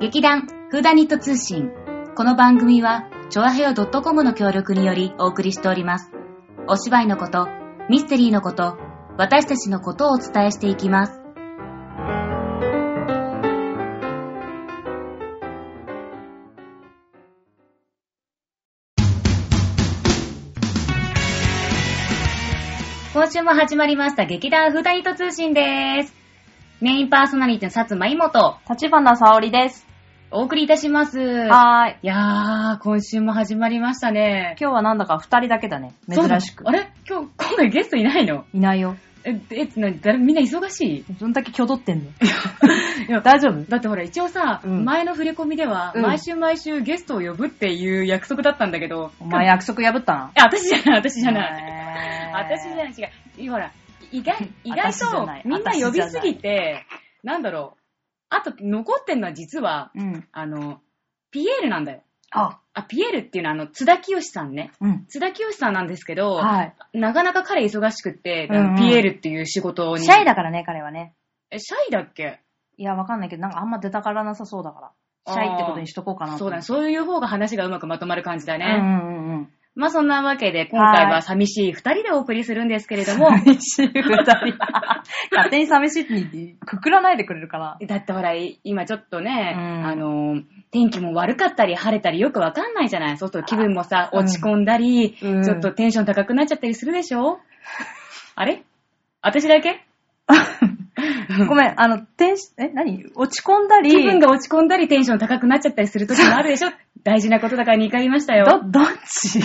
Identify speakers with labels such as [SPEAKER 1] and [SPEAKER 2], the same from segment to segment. [SPEAKER 1] 劇団フーダニット通信。この番組は、チョアヘオ .com の協力によりお送りしております。お芝居のこと、ミステリーのこと、私たちのことをお伝えしていきます。今週も始まりました劇団フーダニット通信です。メインパーソナリティの薩摩妹と
[SPEAKER 2] 立花沙織です。
[SPEAKER 1] お送りいたします。
[SPEAKER 2] はーい。
[SPEAKER 1] いやー、今週も始まりましたね。
[SPEAKER 2] 今日はなんだか二人だけだね。珍しく
[SPEAKER 1] そうだ。あれ今日、今回ゲストいないの
[SPEAKER 2] いないよ。
[SPEAKER 1] え、え、なに、誰、みんな忙し
[SPEAKER 2] そんだけ挙取って んの。
[SPEAKER 1] いや
[SPEAKER 2] 大丈夫
[SPEAKER 1] だってほら、一応さ、
[SPEAKER 2] うん
[SPEAKER 1] 前の振り込みでは、
[SPEAKER 2] うん
[SPEAKER 1] 毎週毎週ゲストを呼ぶっていう約束だったんだけど、
[SPEAKER 2] お前約束破ったな。
[SPEAKER 1] え、私じゃない、私じゃない。
[SPEAKER 2] い。
[SPEAKER 1] 私じゃないい、違う。ほら、意 外、意外
[SPEAKER 2] 私じゃない
[SPEAKER 1] と、みんな呼びすぎて、なんだろう。あと、残ってんのは実は、
[SPEAKER 2] うん。
[SPEAKER 1] あの、ピエールなんだよ。
[SPEAKER 2] あ、
[SPEAKER 1] あ、ピエールっていうのは、あの、津田清さんね。
[SPEAKER 2] うん。
[SPEAKER 1] 津田清さんなんですけど、
[SPEAKER 2] はい。
[SPEAKER 1] なかなか彼忙しくって、
[SPEAKER 2] うんうん
[SPEAKER 1] ピエールっていう仕事に。
[SPEAKER 2] シャイだからね、彼はね。
[SPEAKER 1] え、シャイだっけ
[SPEAKER 2] いや、わかんないけど、なんかあんま出たからなさそうだから。シャイってことにしとこうかなと
[SPEAKER 1] そうだね。
[SPEAKER 2] ね。
[SPEAKER 1] そういう方が話がうまくまとまる感じだ
[SPEAKER 2] う
[SPEAKER 1] ね。
[SPEAKER 2] んうんうんうん。
[SPEAKER 1] まあそんなわけで、今回
[SPEAKER 2] は
[SPEAKER 1] はい寂しい二人でお送りするんですけれども、
[SPEAKER 2] 寂しい二人。勝手に寂しいにくくらないでくれるかな。
[SPEAKER 1] だってほら、い今ちょっとね、
[SPEAKER 2] うん
[SPEAKER 1] あの、天気も悪かったり晴れたりよくわかんないじゃないそうすると気分もさ、
[SPEAKER 2] あ
[SPEAKER 1] 落ち込んだり、
[SPEAKER 2] うん
[SPEAKER 1] ちょっとテンション高くなっちゃったりするでしょあれ私だけ
[SPEAKER 2] ごめん、あの、天使、え、何落ち込んだり。
[SPEAKER 1] 気分が落ち込んだりテンション高くなっちゃったりする時もあるでしょ 大事なことだから2回言いましたよ。
[SPEAKER 2] ど、どっち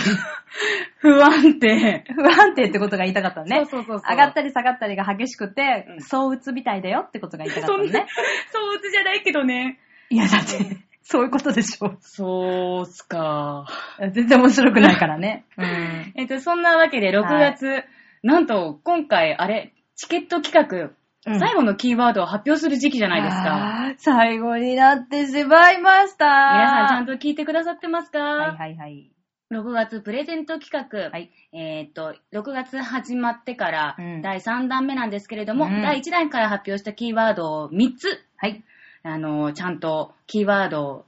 [SPEAKER 1] 不安定。
[SPEAKER 2] 不安定ってことが言いたかったの
[SPEAKER 1] そ
[SPEAKER 2] ね。
[SPEAKER 1] うそうそうそう
[SPEAKER 2] 上がったり下がったりが激しくて、
[SPEAKER 1] うん
[SPEAKER 2] そう鬱みたいだよってことが言いたかった
[SPEAKER 1] そ
[SPEAKER 2] の
[SPEAKER 1] んな
[SPEAKER 2] ね。、
[SPEAKER 1] そううつじゃないけどね。
[SPEAKER 2] いや、だって、そういうことでしょ。
[SPEAKER 1] そうっすか。
[SPEAKER 2] 全然面白くないからね。うん。
[SPEAKER 1] えっと、そんなわけで6月、なんと今回、あれ、チケット企画、
[SPEAKER 2] うん
[SPEAKER 1] 最後のキーワードを発表する時期じゃないですか。
[SPEAKER 2] あー最後になってしまいました。
[SPEAKER 1] 皆さんちゃん
[SPEAKER 2] と。
[SPEAKER 1] と聞いてくださってますか、
[SPEAKER 2] はいはいはい。
[SPEAKER 1] ?6 月プレゼント企画。
[SPEAKER 2] はい
[SPEAKER 1] えっと、6月始まってから
[SPEAKER 2] うん
[SPEAKER 1] 第3弾目なんですけれども、
[SPEAKER 2] うん
[SPEAKER 1] 第1弾から発表したキーワードを3つ、
[SPEAKER 2] はい。
[SPEAKER 1] あの、ちゃんとキーワードを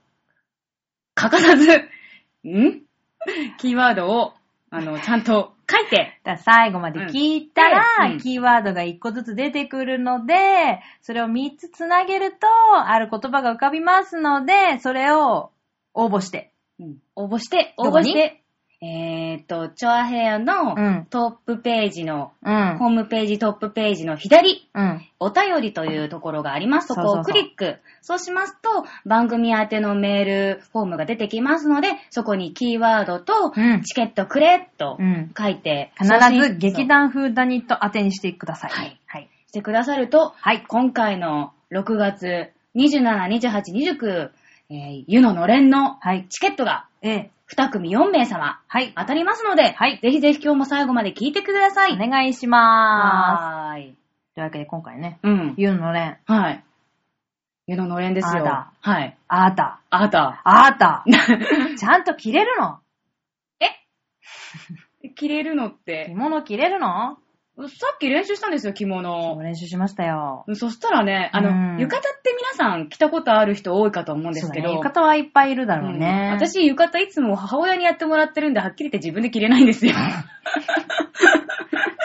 [SPEAKER 1] 欠かさず、んキーワードを、あの、ちゃんと書いて、
[SPEAKER 2] だから最後まで聞いたら、
[SPEAKER 1] うん
[SPEAKER 2] キーワードが1個ずつ出てくるので、それを3つつなげると、ある言葉が浮かびますので、それを応募して。
[SPEAKER 1] 応募して、応
[SPEAKER 2] どこ
[SPEAKER 1] 募
[SPEAKER 2] に
[SPEAKER 1] して、えーっと、チョアヘアの
[SPEAKER 2] うん
[SPEAKER 1] トップページの、
[SPEAKER 2] うん
[SPEAKER 1] ホームページトップページの左、
[SPEAKER 2] うん。
[SPEAKER 1] お便りというところがあります。そこ
[SPEAKER 2] そうそ
[SPEAKER 1] を
[SPEAKER 2] うそ
[SPEAKER 1] ク
[SPEAKER 2] う
[SPEAKER 1] リック。そうしますと、番組宛てのメールフォームが出てきますので、そこにキーワードと、
[SPEAKER 2] うん
[SPEAKER 1] チケットくれと
[SPEAKER 2] うん
[SPEAKER 1] 書いて、
[SPEAKER 2] 必
[SPEAKER 1] 送
[SPEAKER 2] ず
[SPEAKER 1] 信
[SPEAKER 2] 劇団風ダニット当てにしてください。
[SPEAKER 1] はい。
[SPEAKER 2] はい。
[SPEAKER 1] してくださると、
[SPEAKER 2] はい。
[SPEAKER 1] 今回の6月27、28、29、えー、湯ののれんの
[SPEAKER 2] はい。
[SPEAKER 1] チケットが
[SPEAKER 2] ええ。
[SPEAKER 1] 2組4名様
[SPEAKER 2] はい。
[SPEAKER 1] 当たりますので、
[SPEAKER 2] はい
[SPEAKER 1] ぜひぜひ今日も最後まで聞いてください。
[SPEAKER 2] お願いしま
[SPEAKER 1] は
[SPEAKER 2] ーす。
[SPEAKER 1] ーい。
[SPEAKER 2] というわけで今回ね、
[SPEAKER 1] うん。
[SPEAKER 2] ゆうのれん、
[SPEAKER 1] はい。湯ののれんですよ。
[SPEAKER 2] あ
[SPEAKER 1] はい。
[SPEAKER 2] あーた、
[SPEAKER 1] あなた。
[SPEAKER 2] あー た、ちゃんと着れるの
[SPEAKER 1] 着れるのっ
[SPEAKER 2] 着
[SPEAKER 1] て、
[SPEAKER 2] 物着れるの
[SPEAKER 1] さっき練習したんですよ、着
[SPEAKER 2] もう
[SPEAKER 1] 物。
[SPEAKER 2] 練習しましたよ。
[SPEAKER 1] そしたらね、あの、
[SPEAKER 2] うん
[SPEAKER 1] 浴衣って皆さん着たことある人多いかと思うんで
[SPEAKER 2] そ
[SPEAKER 1] す
[SPEAKER 2] うだ
[SPEAKER 1] け
[SPEAKER 2] ね。
[SPEAKER 1] ど、
[SPEAKER 2] 浴衣はいっぱいいるだろう
[SPEAKER 1] うん
[SPEAKER 2] ね。、
[SPEAKER 1] 私、浴衣いつも母親にやってもらってるんで、はっきり言って自分で着れないんですよ。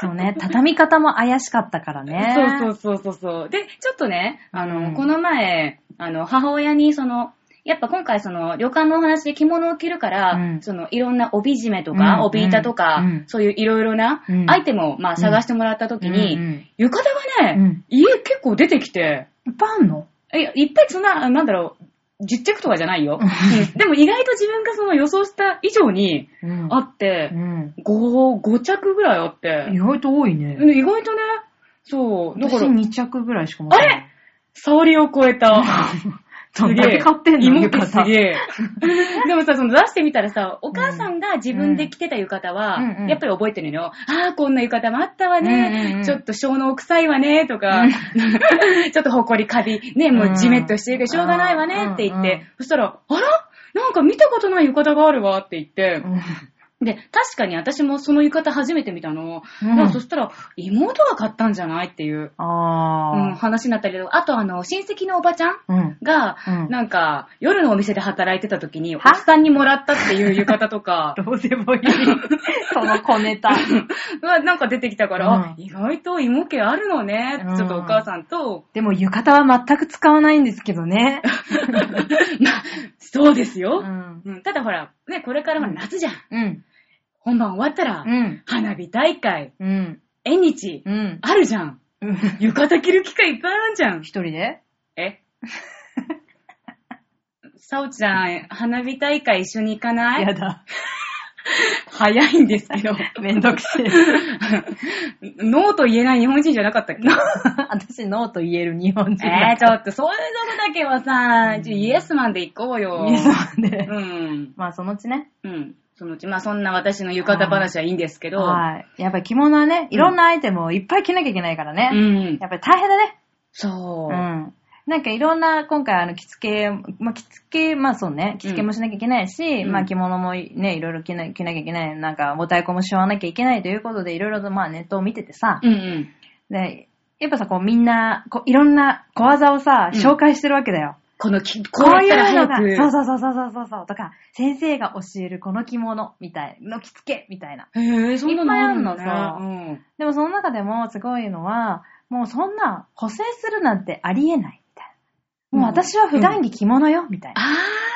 [SPEAKER 2] そうね。畳み方も怪しかったからね。
[SPEAKER 1] そう
[SPEAKER 2] う。
[SPEAKER 1] そうそうそうそう。で、ちょっとね、あの、
[SPEAKER 2] うん
[SPEAKER 1] この前、あの、母親にその、やっぱ今回その旅館のお話で着物を着るから、
[SPEAKER 2] うん
[SPEAKER 1] そのいろんな帯締めとか、
[SPEAKER 2] うん
[SPEAKER 1] 帯板とか、
[SPEAKER 2] うん
[SPEAKER 1] そういういろいろな
[SPEAKER 2] うん
[SPEAKER 1] アイテムをまあ探してもらった時に、
[SPEAKER 2] うんうん
[SPEAKER 1] 浴衣がね、
[SPEAKER 2] うん
[SPEAKER 1] 家結構出てきて、
[SPEAKER 2] いっぱいあんの
[SPEAKER 1] え、いっぱいそんな、あなんだろう、10着とかじゃないよ。うんでも意外と自分がその予想した以上に
[SPEAKER 2] うん
[SPEAKER 1] あって
[SPEAKER 2] う、ん。
[SPEAKER 1] 5、5着ぐらいあって
[SPEAKER 2] 意、外と多いね。
[SPEAKER 1] うん意外とね、そう、だか
[SPEAKER 2] 私
[SPEAKER 1] ら、
[SPEAKER 2] 2着ぐらいしか持ってない。あれ
[SPEAKER 1] 沙織を超え た。
[SPEAKER 2] どんだけ買ってんの
[SPEAKER 1] 芋
[SPEAKER 2] 浴
[SPEAKER 1] ってす
[SPEAKER 2] 衣。
[SPEAKER 1] げえ。でもさ、その出してみたらさ、お母さんが自分で着てた浴衣は、
[SPEAKER 2] うんうん
[SPEAKER 1] やっぱり覚えてるのよ。ああ、こんな浴衣もあったわね。
[SPEAKER 2] うんうんうん
[SPEAKER 1] ちょっと小脳臭いわね、とか、 ちょっと埃カビ、ね、もうジメッとしてるけど、しょうがないわね、って言って、
[SPEAKER 2] うんうん
[SPEAKER 1] そしたら、あらなんか見たことない浴衣があるわって言って、
[SPEAKER 2] うん
[SPEAKER 1] で、確かに私もその浴衣初めて見たの。
[SPEAKER 2] うん
[SPEAKER 1] なんかそしたら、妹が買ったんじゃないっていう、うん、
[SPEAKER 2] あ
[SPEAKER 1] 話になったりとか、あとあの、親戚のおばちゃん
[SPEAKER 2] あ。うん。
[SPEAKER 1] が、
[SPEAKER 2] うん
[SPEAKER 1] なんか、夜のお店で働いてた時に、おっ
[SPEAKER 2] は
[SPEAKER 1] さんにもらったっていう浴衣と か、
[SPEAKER 2] どうでもいい。その小ネタ。
[SPEAKER 1] がなんか出てきたから、あ
[SPEAKER 2] うん
[SPEAKER 1] 意外と芋系あるのね、
[SPEAKER 2] うん
[SPEAKER 1] ちょっとお母さんと、
[SPEAKER 2] でも浴衣は全く使わないんですけどね。
[SPEAKER 1] まあ、そうです
[SPEAKER 2] う
[SPEAKER 1] よ。
[SPEAKER 2] ん。
[SPEAKER 1] うんただほら、ね、これからほら夏じゃん。
[SPEAKER 2] うん。
[SPEAKER 1] 本番終わったら、
[SPEAKER 2] うん。
[SPEAKER 1] 花火大会、
[SPEAKER 2] うん。
[SPEAKER 1] 縁日、
[SPEAKER 2] うん。
[SPEAKER 1] あるじゃん。浴衣着る機会いっぱいあるじゃん。
[SPEAKER 2] 一人 で
[SPEAKER 1] えさおちゃん、花火大会一緒に行かない
[SPEAKER 2] だ。
[SPEAKER 1] 早いんです けど。
[SPEAKER 2] めんどくせえ。
[SPEAKER 1] ノーと言えない日本人じゃなかったっけ
[SPEAKER 2] 私、ノーと言える日本人
[SPEAKER 1] え
[SPEAKER 2] だ
[SPEAKER 1] ー、ちょっと、そういうとこだけはさ、ちょイエスマンで行こうよ。
[SPEAKER 2] そうね
[SPEAKER 1] うん。
[SPEAKER 2] まあ、そのうちね。
[SPEAKER 1] うん。そのうち、まあそんな私の浴衣話はいいんですけど、
[SPEAKER 2] はい。やっぱり着物はね、いろんなアイテムをいっぱい着なきゃいけないから
[SPEAKER 1] う
[SPEAKER 2] ね。
[SPEAKER 1] ん。
[SPEAKER 2] やっぱり大変だね。
[SPEAKER 1] そうう。
[SPEAKER 2] ん。なんかいろんな、今回あの、着付け、まあ、着付け、まあそうね、着付けもしなきゃいけないし、
[SPEAKER 1] うん
[SPEAKER 2] まあ着物もね、いろいろ着な着なきゃいけない、なんかお太鼓もしわなきゃいけないということで、いろいろとまあネットを見ててさ、
[SPEAKER 1] うんうん。
[SPEAKER 2] で、やっぱさ、こうみんな、こういろんな小技をさ、
[SPEAKER 1] うん
[SPEAKER 2] 紹介してるわけだよ。
[SPEAKER 1] このき、こうやったら早
[SPEAKER 2] こういう
[SPEAKER 1] く。
[SPEAKER 2] のがそうそうそうそうそうそう、とか、先生が教えるこの着物、みたい、の着付け、みたいな。
[SPEAKER 1] へえ、そんなのあるんだ
[SPEAKER 2] いっぱいある
[SPEAKER 1] ね。
[SPEAKER 2] でもその中でもすごいのは、もうそんな補正するなんてありえない、みたいな。もう私は普段着着物よ、みたいな。
[SPEAKER 1] あ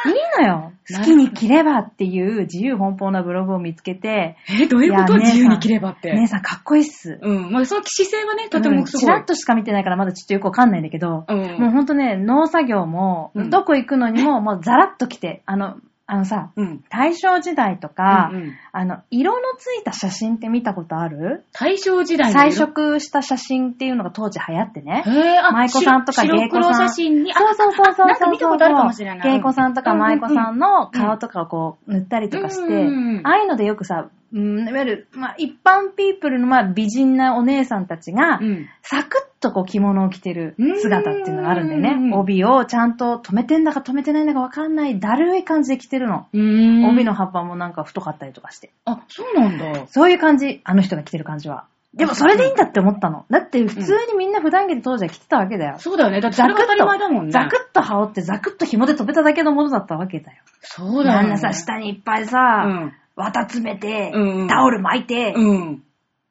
[SPEAKER 2] いいのよ。好きに着ればっていう自由奔放なブログを見つけて、
[SPEAKER 1] ー。え、どういうこと
[SPEAKER 2] いや
[SPEAKER 1] 自由に着ればって。
[SPEAKER 2] 姉さんかっこいいっす。
[SPEAKER 1] うん。まあ、その姿勢はね、とてもす
[SPEAKER 2] チ
[SPEAKER 1] ご
[SPEAKER 2] ラ
[SPEAKER 1] い
[SPEAKER 2] ッ。としか見てないからまだちょっとよくわかんないんだけど、
[SPEAKER 1] うん。
[SPEAKER 2] もうほんとね、農作業も、
[SPEAKER 1] うん
[SPEAKER 2] どこ行く のにも、もうザラッと着て、あの、あのさ、
[SPEAKER 1] うん。
[SPEAKER 2] 大正時代とか、
[SPEAKER 1] うんうん
[SPEAKER 2] あの、色のついた写真って見たことある
[SPEAKER 1] 大正時代の
[SPEAKER 2] 彩
[SPEAKER 1] 色。
[SPEAKER 2] 色した写真っていうのが当時流行ってね。
[SPEAKER 1] へえ、あ、
[SPEAKER 2] 舞妓さんとか
[SPEAKER 1] 白
[SPEAKER 2] 芸妓さ
[SPEAKER 1] 白
[SPEAKER 2] ん
[SPEAKER 1] 黒写真に、あ、
[SPEAKER 2] そうそうそうそうそう。
[SPEAKER 1] なんか見たことあるかもしれない
[SPEAKER 2] 芸妓さんとか
[SPEAKER 1] うんうんうん
[SPEAKER 2] 舞妓さんの顔とかをこう塗ったりとかして、
[SPEAKER 1] うん
[SPEAKER 2] ああいうのでよくさ、うん、いわゆる、まあ、一般ピープルの、まあ、美人なお姉さんたちが、
[SPEAKER 1] うん。
[SPEAKER 2] サクッとこう着物を着てる姿っていうのがあるんだよね。
[SPEAKER 1] うん
[SPEAKER 2] 帯をちゃんと止めてんだか止めてないんだかわかんない、だるい感じで着てるの。
[SPEAKER 1] うん
[SPEAKER 2] 帯の。葉っぱもなんか太かったりとかして。
[SPEAKER 1] あ、そうなんだ。
[SPEAKER 2] そういう感じ、あの人が着てる感じは。でもそれでいいんだって思ったの。だって普通にみんな普段着で当時は着てたわけだよ。
[SPEAKER 1] そうだよね。だってそ
[SPEAKER 2] ザ
[SPEAKER 1] れ
[SPEAKER 2] ク
[SPEAKER 1] が当た
[SPEAKER 2] ッ
[SPEAKER 1] り前だもん
[SPEAKER 2] と、
[SPEAKER 1] ね。
[SPEAKER 2] ザクッと羽織って、ザクッと紐で止めただけのものだったわけだよ。
[SPEAKER 1] そうだよね。
[SPEAKER 2] あんなさ、下にいっぱいうさ、
[SPEAKER 1] ん。
[SPEAKER 2] 綿詰めて、
[SPEAKER 1] うんうん
[SPEAKER 2] タオル巻いて、
[SPEAKER 1] うん。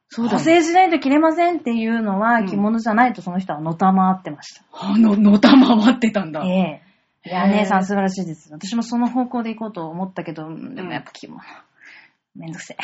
[SPEAKER 1] そうだ
[SPEAKER 2] 補
[SPEAKER 1] ね。
[SPEAKER 2] 正しないと着れませんっていうの
[SPEAKER 1] う
[SPEAKER 2] は、
[SPEAKER 1] ん
[SPEAKER 2] 着物じゃないとその人はのたまってました。
[SPEAKER 1] あの、のたまわってたんだ。
[SPEAKER 2] ええ。いや、
[SPEAKER 1] へえ
[SPEAKER 2] 姉さん素晴らしいです。私もその方向で行こうと思ったけど、でもやっぱ着物。めんどくせ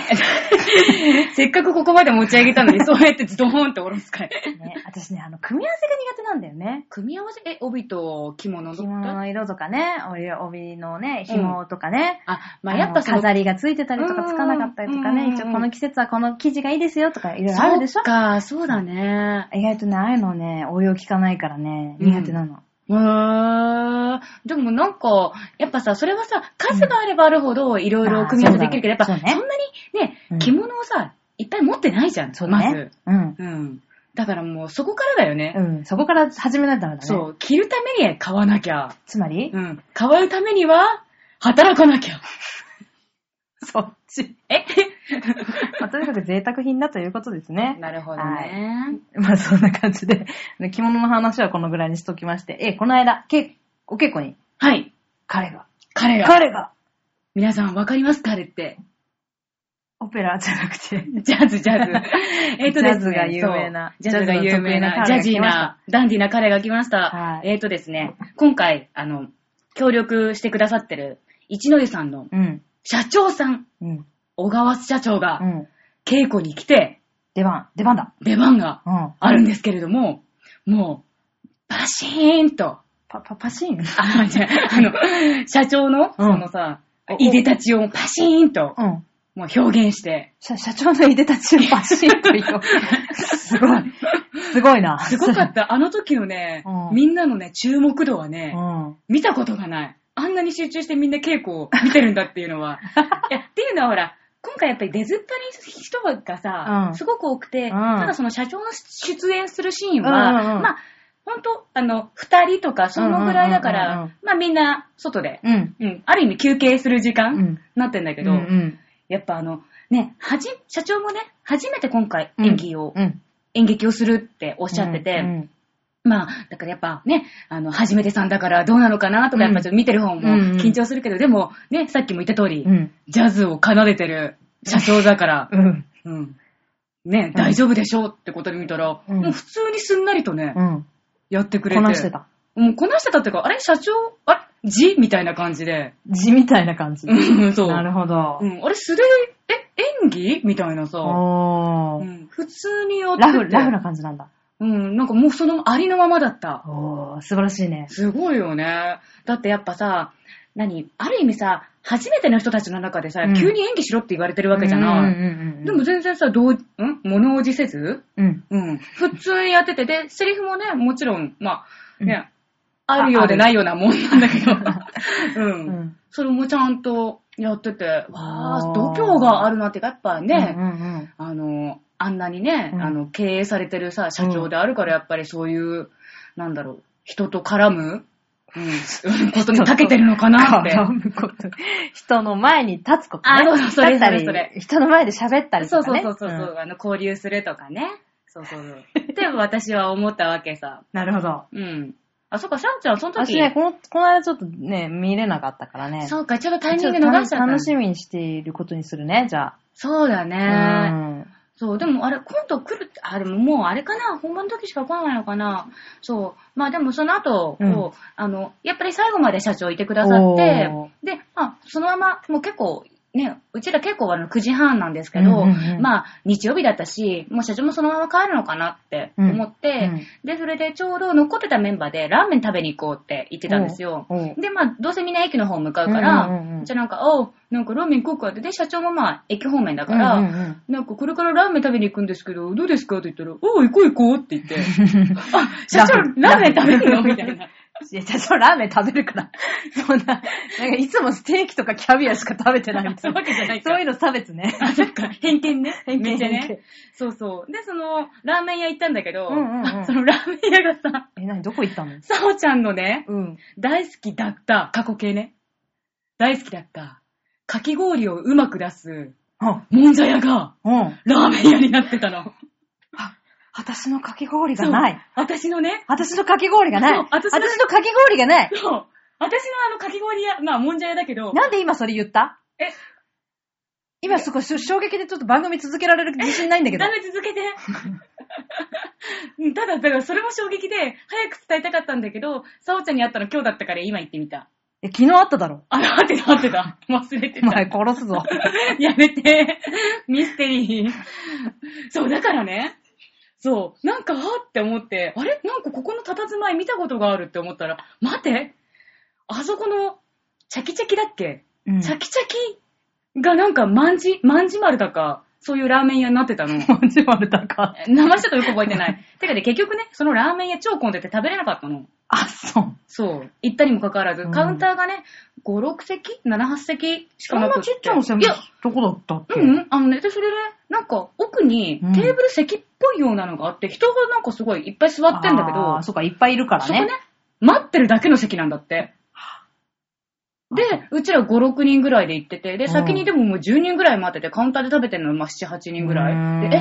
[SPEAKER 1] せっかくここまで持ち上げたの に、そうやってズドーンって下ろすかい。
[SPEAKER 2] え。 ね、私ね、あの、組み合わせが苦手なんだよね。
[SPEAKER 1] 組み合わせ、え、帯と着物
[SPEAKER 2] 着
[SPEAKER 1] と
[SPEAKER 2] 物
[SPEAKER 1] か
[SPEAKER 2] の色とかね、帯帯のね、紐とかね、
[SPEAKER 1] あ、まあ、やっぱその
[SPEAKER 2] 飾りがついてたりとかつかなかったりと
[SPEAKER 1] う
[SPEAKER 2] か
[SPEAKER 1] ん
[SPEAKER 2] ね、一応この季節はこの生地がいいですよとかいろいろあ
[SPEAKER 1] そ
[SPEAKER 2] る
[SPEAKER 1] う
[SPEAKER 2] でしょ
[SPEAKER 1] か、そうだね。
[SPEAKER 2] 意外とね、ああいうのね、応用効かないからね、
[SPEAKER 1] うん
[SPEAKER 2] 苦手なの。
[SPEAKER 1] うーん。でもなんか、やっぱさ、それはさ、数があればあるほどいろいろ組み合わせできるけど、や
[SPEAKER 2] あ
[SPEAKER 1] っ
[SPEAKER 2] ー
[SPEAKER 1] ぱ
[SPEAKER 2] そ
[SPEAKER 1] そ,、
[SPEAKER 2] うだね
[SPEAKER 1] んなにね、
[SPEAKER 2] うん
[SPEAKER 1] 着物をさ、いっぱい持ってないじゃん、
[SPEAKER 2] そうだ
[SPEAKER 1] ま
[SPEAKER 2] ね
[SPEAKER 1] ず。。
[SPEAKER 2] うん。
[SPEAKER 1] うん。だからもうそこからだよね。
[SPEAKER 2] うん。そこから始めないとダメだね。
[SPEAKER 1] そう、着るために買わなきゃ。
[SPEAKER 2] つまり、
[SPEAKER 1] うん。買うためには、働かなき ゃ。
[SPEAKER 2] そっち。
[SPEAKER 1] え
[SPEAKER 2] まあ、とにかく贅沢品だということですね。
[SPEAKER 1] なるほ
[SPEAKER 2] ど
[SPEAKER 1] ど
[SPEAKER 2] ね
[SPEAKER 1] ね。
[SPEAKER 2] まあ、そんな感じで、着物の話はこのぐらいにしときまして、え、この間、け、お稽古に、
[SPEAKER 1] はい。はい、
[SPEAKER 2] 彼が、
[SPEAKER 1] 彼が、
[SPEAKER 2] 彼が、
[SPEAKER 1] 皆さんわかります彼って。
[SPEAKER 2] オペラじゃなくて、
[SPEAKER 1] ジャズ、ジ ャズ。えっとですね。
[SPEAKER 2] ジャズが有名な
[SPEAKER 1] そうジャズが有名な、ジ
[SPEAKER 2] ジャ
[SPEAKER 1] ャ
[SPEAKER 2] ズ
[SPEAKER 1] ジ
[SPEAKER 2] の
[SPEAKER 1] ー
[SPEAKER 2] 得意な
[SPEAKER 1] な、ダンディーな彼が来ました。
[SPEAKER 2] はい
[SPEAKER 1] えっとですね、今回、あの、協力してくださってる、一ノ湯さんの
[SPEAKER 2] うん、
[SPEAKER 1] 社長さん、
[SPEAKER 2] うん、
[SPEAKER 1] 小川社長
[SPEAKER 2] う
[SPEAKER 1] が、
[SPEAKER 2] ん。
[SPEAKER 1] 稽古に来て、
[SPEAKER 2] 出番、出番だ。
[SPEAKER 1] 出番が
[SPEAKER 2] うん。
[SPEAKER 1] あるんですけれども、もう、パシーンと、
[SPEAKER 2] パ、パ、パシーン
[SPEAKER 1] あ、じゃあ、あの、社長の、
[SPEAKER 2] うん
[SPEAKER 1] そのさ
[SPEAKER 2] お、
[SPEAKER 1] いでたちをパシーンと、
[SPEAKER 2] うん。
[SPEAKER 1] もう表現して、
[SPEAKER 2] 社社長のいでたちをパシッと 言う。すごい。すごいな。
[SPEAKER 1] すごかった。あの時のね
[SPEAKER 2] う、ん
[SPEAKER 1] みんなのね、注目度は
[SPEAKER 2] う
[SPEAKER 1] ね、
[SPEAKER 2] ん。
[SPEAKER 1] 見たことがない。あんなに集中してみんな稽古を見てるんだっていうの は。いや、っていうのはほら、今回やっぱり出ずっぱり人がさ、
[SPEAKER 2] うん
[SPEAKER 1] すごく多くて、
[SPEAKER 2] ん
[SPEAKER 1] ただその社長の出演するシーン
[SPEAKER 2] うんうん
[SPEAKER 1] は、
[SPEAKER 2] うん
[SPEAKER 1] まあ、ほんと、あの、二人とかそのぐらいだか
[SPEAKER 2] うんうんうん
[SPEAKER 1] ら、まあみんな外で、
[SPEAKER 2] うん。
[SPEAKER 1] うん、ある意味休憩する時
[SPEAKER 2] う
[SPEAKER 1] 間
[SPEAKER 2] ん
[SPEAKER 1] になってんだけ
[SPEAKER 2] う
[SPEAKER 1] ど、
[SPEAKER 2] ん
[SPEAKER 1] やっぱあの、ね、はじ、社長もね、初めて今回
[SPEAKER 2] うん
[SPEAKER 1] 演技を、
[SPEAKER 2] うん。
[SPEAKER 1] 演劇をするっておっ
[SPEAKER 2] お
[SPEAKER 1] しゃってて、まあ、だからやっぱね、あの、初めてさんだからどうなのかなとか、
[SPEAKER 2] う
[SPEAKER 1] や
[SPEAKER 2] ん
[SPEAKER 1] っぱちょっと見てる方も
[SPEAKER 2] うんうん
[SPEAKER 1] 緊張するけど、でもね、さっきも言った通り、
[SPEAKER 2] うん。
[SPEAKER 1] ジャズを奏でてる社長だから、
[SPEAKER 2] うん。
[SPEAKER 1] うん。ね、大丈夫でしょうってことで見たら、
[SPEAKER 2] うん
[SPEAKER 1] もう普通にすんなりとね、
[SPEAKER 2] うん。
[SPEAKER 1] やってくれて。
[SPEAKER 2] こなして。た。
[SPEAKER 1] もうこなしてたっていうか、あれ社長、あれ字みたいな感じで。
[SPEAKER 2] 字みたいな感じ。
[SPEAKER 1] うん、そう。
[SPEAKER 2] なるほど
[SPEAKER 1] う。ん、あれ素で、え、演技みたいなさ、
[SPEAKER 2] お
[SPEAKER 1] う
[SPEAKER 2] ー。
[SPEAKER 1] ん、普通にやってて
[SPEAKER 2] ラフ、ラフな感じなんだ。
[SPEAKER 1] うん、なんかもうそのありのままだった。
[SPEAKER 2] おー、素晴らしいね。
[SPEAKER 1] すごいよね。だってやっぱさ、何ある意味さ、初めての人たちの中でさ、
[SPEAKER 2] うん
[SPEAKER 1] 急に演技しろって言われてるわけじゃない。
[SPEAKER 2] うんうんうんうん。
[SPEAKER 1] でも、全然さ、どう、ん物おじせず
[SPEAKER 2] うん。
[SPEAKER 1] うん。普通にやってて、で、セリフもね、もちろん、まあ、
[SPEAKER 2] うん
[SPEAKER 1] ね、あるようでないようなもんなんだけど、う。
[SPEAKER 2] うんん。
[SPEAKER 1] それもちゃんとやってて、わ
[SPEAKER 2] あ
[SPEAKER 1] あ
[SPEAKER 2] ー
[SPEAKER 1] 度胸があるなっていうか、やっぱね、
[SPEAKER 2] うんうん
[SPEAKER 1] あの、あんなにね、
[SPEAKER 2] うん
[SPEAKER 1] あの、経営されてるさ、社長であるから、やっぱりそういう、なんだろう、人と絡む、 うん、ことに長けてるのかなって。
[SPEAKER 2] 絡むこと。人の前に立つことね。
[SPEAKER 1] あそうそうそれ
[SPEAKER 2] 立ったり
[SPEAKER 1] それそ
[SPEAKER 2] 人の前で喋ったり
[SPEAKER 1] そ
[SPEAKER 2] と
[SPEAKER 1] うそ
[SPEAKER 2] か
[SPEAKER 1] う
[SPEAKER 2] ね。
[SPEAKER 1] そうそう、
[SPEAKER 2] ん
[SPEAKER 1] あの、交流するとかね。そうそうそう。 って私は思ったわけさ。
[SPEAKER 2] なるほど。
[SPEAKER 1] うん。あ、そっか、シャンちゃん、その時
[SPEAKER 2] 私、ね、この、この間ちょっとね、見れなかったからね。
[SPEAKER 1] そうか、ちょっとタイミング逃しちゃった。
[SPEAKER 2] 楽しみにしていることにするね、じゃ
[SPEAKER 1] そうだね。
[SPEAKER 2] あ。
[SPEAKER 1] そう、でもあれ、今度来るって、あれももうあれかな、本番の時しか来ないのかな。そう。まあでもその後、こう、
[SPEAKER 2] うん
[SPEAKER 1] あの、やっぱり最後まで社長いてくださって
[SPEAKER 2] おー、
[SPEAKER 1] で、まあ、そのまま、もう結構、ね、うちら結構あの9時半なんですけど、
[SPEAKER 2] うんうんうん
[SPEAKER 1] まあ日曜日だったし、もう社長もそのまま帰るのかなって思って、
[SPEAKER 2] うんうん
[SPEAKER 1] で、それでちょうど残ってたメンバーでラーメン食べに行こうって言ってたんですよ。
[SPEAKER 2] おうおう
[SPEAKER 1] で、まあ、どうせみんな駅の方向かうから、
[SPEAKER 2] うんうんうんうん
[SPEAKER 1] じゃあなんか、おう、なんかラーメン行こうかって、で、社長もまあ、駅方面だから、
[SPEAKER 2] うんうんうん
[SPEAKER 1] なんかこれからラーメン食べに行くんですけど、どうですかって言ったら、おう、行こう行こうって言 って、あ、社長、ラーメン食べるのみたいな。
[SPEAKER 2] いや、社長ラーメン食べるから。そんな、なんかいつもステーキとかキャビアしか食べてないみた
[SPEAKER 1] そうい
[SPEAKER 2] いうな
[SPEAKER 1] わけじゃないか
[SPEAKER 2] そういうの差別 ね。
[SPEAKER 1] あ、そっか、偏見ね。
[SPEAKER 2] 偏見
[SPEAKER 1] めっちゃ
[SPEAKER 2] 偏
[SPEAKER 1] ね
[SPEAKER 2] 見。
[SPEAKER 1] そうそう。で、その、ラーメン屋行ったんだけど、
[SPEAKER 2] うんうんうん
[SPEAKER 1] あ そのラーメン屋がさ、
[SPEAKER 2] え、なに、どこ行ったの
[SPEAKER 1] さおちゃんのね、
[SPEAKER 2] うん。
[SPEAKER 1] 大好きだった、過去形ね。大好きだった、かき氷をうまく出す、
[SPEAKER 2] あ、
[SPEAKER 1] もんじゃ屋が、
[SPEAKER 2] うん。
[SPEAKER 1] ラーメン屋になってたの。
[SPEAKER 2] 私のかき氷がない
[SPEAKER 1] そう。。私のね、
[SPEAKER 2] 私のかき氷がない
[SPEAKER 1] そう。
[SPEAKER 2] 私
[SPEAKER 1] 私
[SPEAKER 2] の
[SPEAKER 1] の
[SPEAKER 2] かき氷がない。
[SPEAKER 1] そう、私のあのかき氷屋、まあ、もんじゃ屋だけど、
[SPEAKER 2] なんで今それ言った
[SPEAKER 1] え、
[SPEAKER 2] 今すごいしょ衝撃でちょっと番組続けられる自信ないんだけど
[SPEAKER 1] ダ。メ続けて。うんただ、だからそれも衝撃で、早く伝えたかったんだけど、さおちゃんに会ったの今日だったから今言ってみた。
[SPEAKER 2] え昨日あっただろ。
[SPEAKER 1] あら、合ってた、合ってた。忘れて
[SPEAKER 2] お
[SPEAKER 1] た。
[SPEAKER 2] 前殺 すぞ。
[SPEAKER 1] やめて。ミステリー。そう、だからね。そう。なんか、はって思って、あれなんかここの佇まい見たことがあるって思ったら、待って。あそこの、チャキチャキだっけ、
[SPEAKER 2] うん
[SPEAKER 1] チャキチャキがなんか、まんじ、まんじ丸だか、そういうラーメン屋になってたの。
[SPEAKER 2] 文字丸だか。
[SPEAKER 1] 名前ちょっとよく覚えてない。てかね、結局ね、そのラーメン屋超混んでて食べれなかったの。
[SPEAKER 2] あ、そう。
[SPEAKER 1] そう。行ったにもかかわらず、
[SPEAKER 2] うん
[SPEAKER 1] カウンターがね、5、6席 ?7、8席し
[SPEAKER 2] そ
[SPEAKER 1] か
[SPEAKER 2] ん
[SPEAKER 1] な
[SPEAKER 2] な
[SPEAKER 1] くって
[SPEAKER 2] ちっちゃな専
[SPEAKER 1] い
[SPEAKER 2] 門
[SPEAKER 1] や、
[SPEAKER 2] どこだったっけ
[SPEAKER 1] うんうん、あのね、で、それで、なんか、奥に
[SPEAKER 2] うん
[SPEAKER 1] テーブル席っぽいようなのがあって、人がなんかすごいいっぱい座ってんだけど
[SPEAKER 2] あー、そっか、いっぱいいるから
[SPEAKER 1] そこね
[SPEAKER 2] ね。、
[SPEAKER 1] 待ってるだけの席なんだって。で、うちら5、6人ぐらいで行ってて、で、先にでももう10人ぐらい待ってて、カウンターで食べてるの、まあ、7、8人ぐらい。で、え、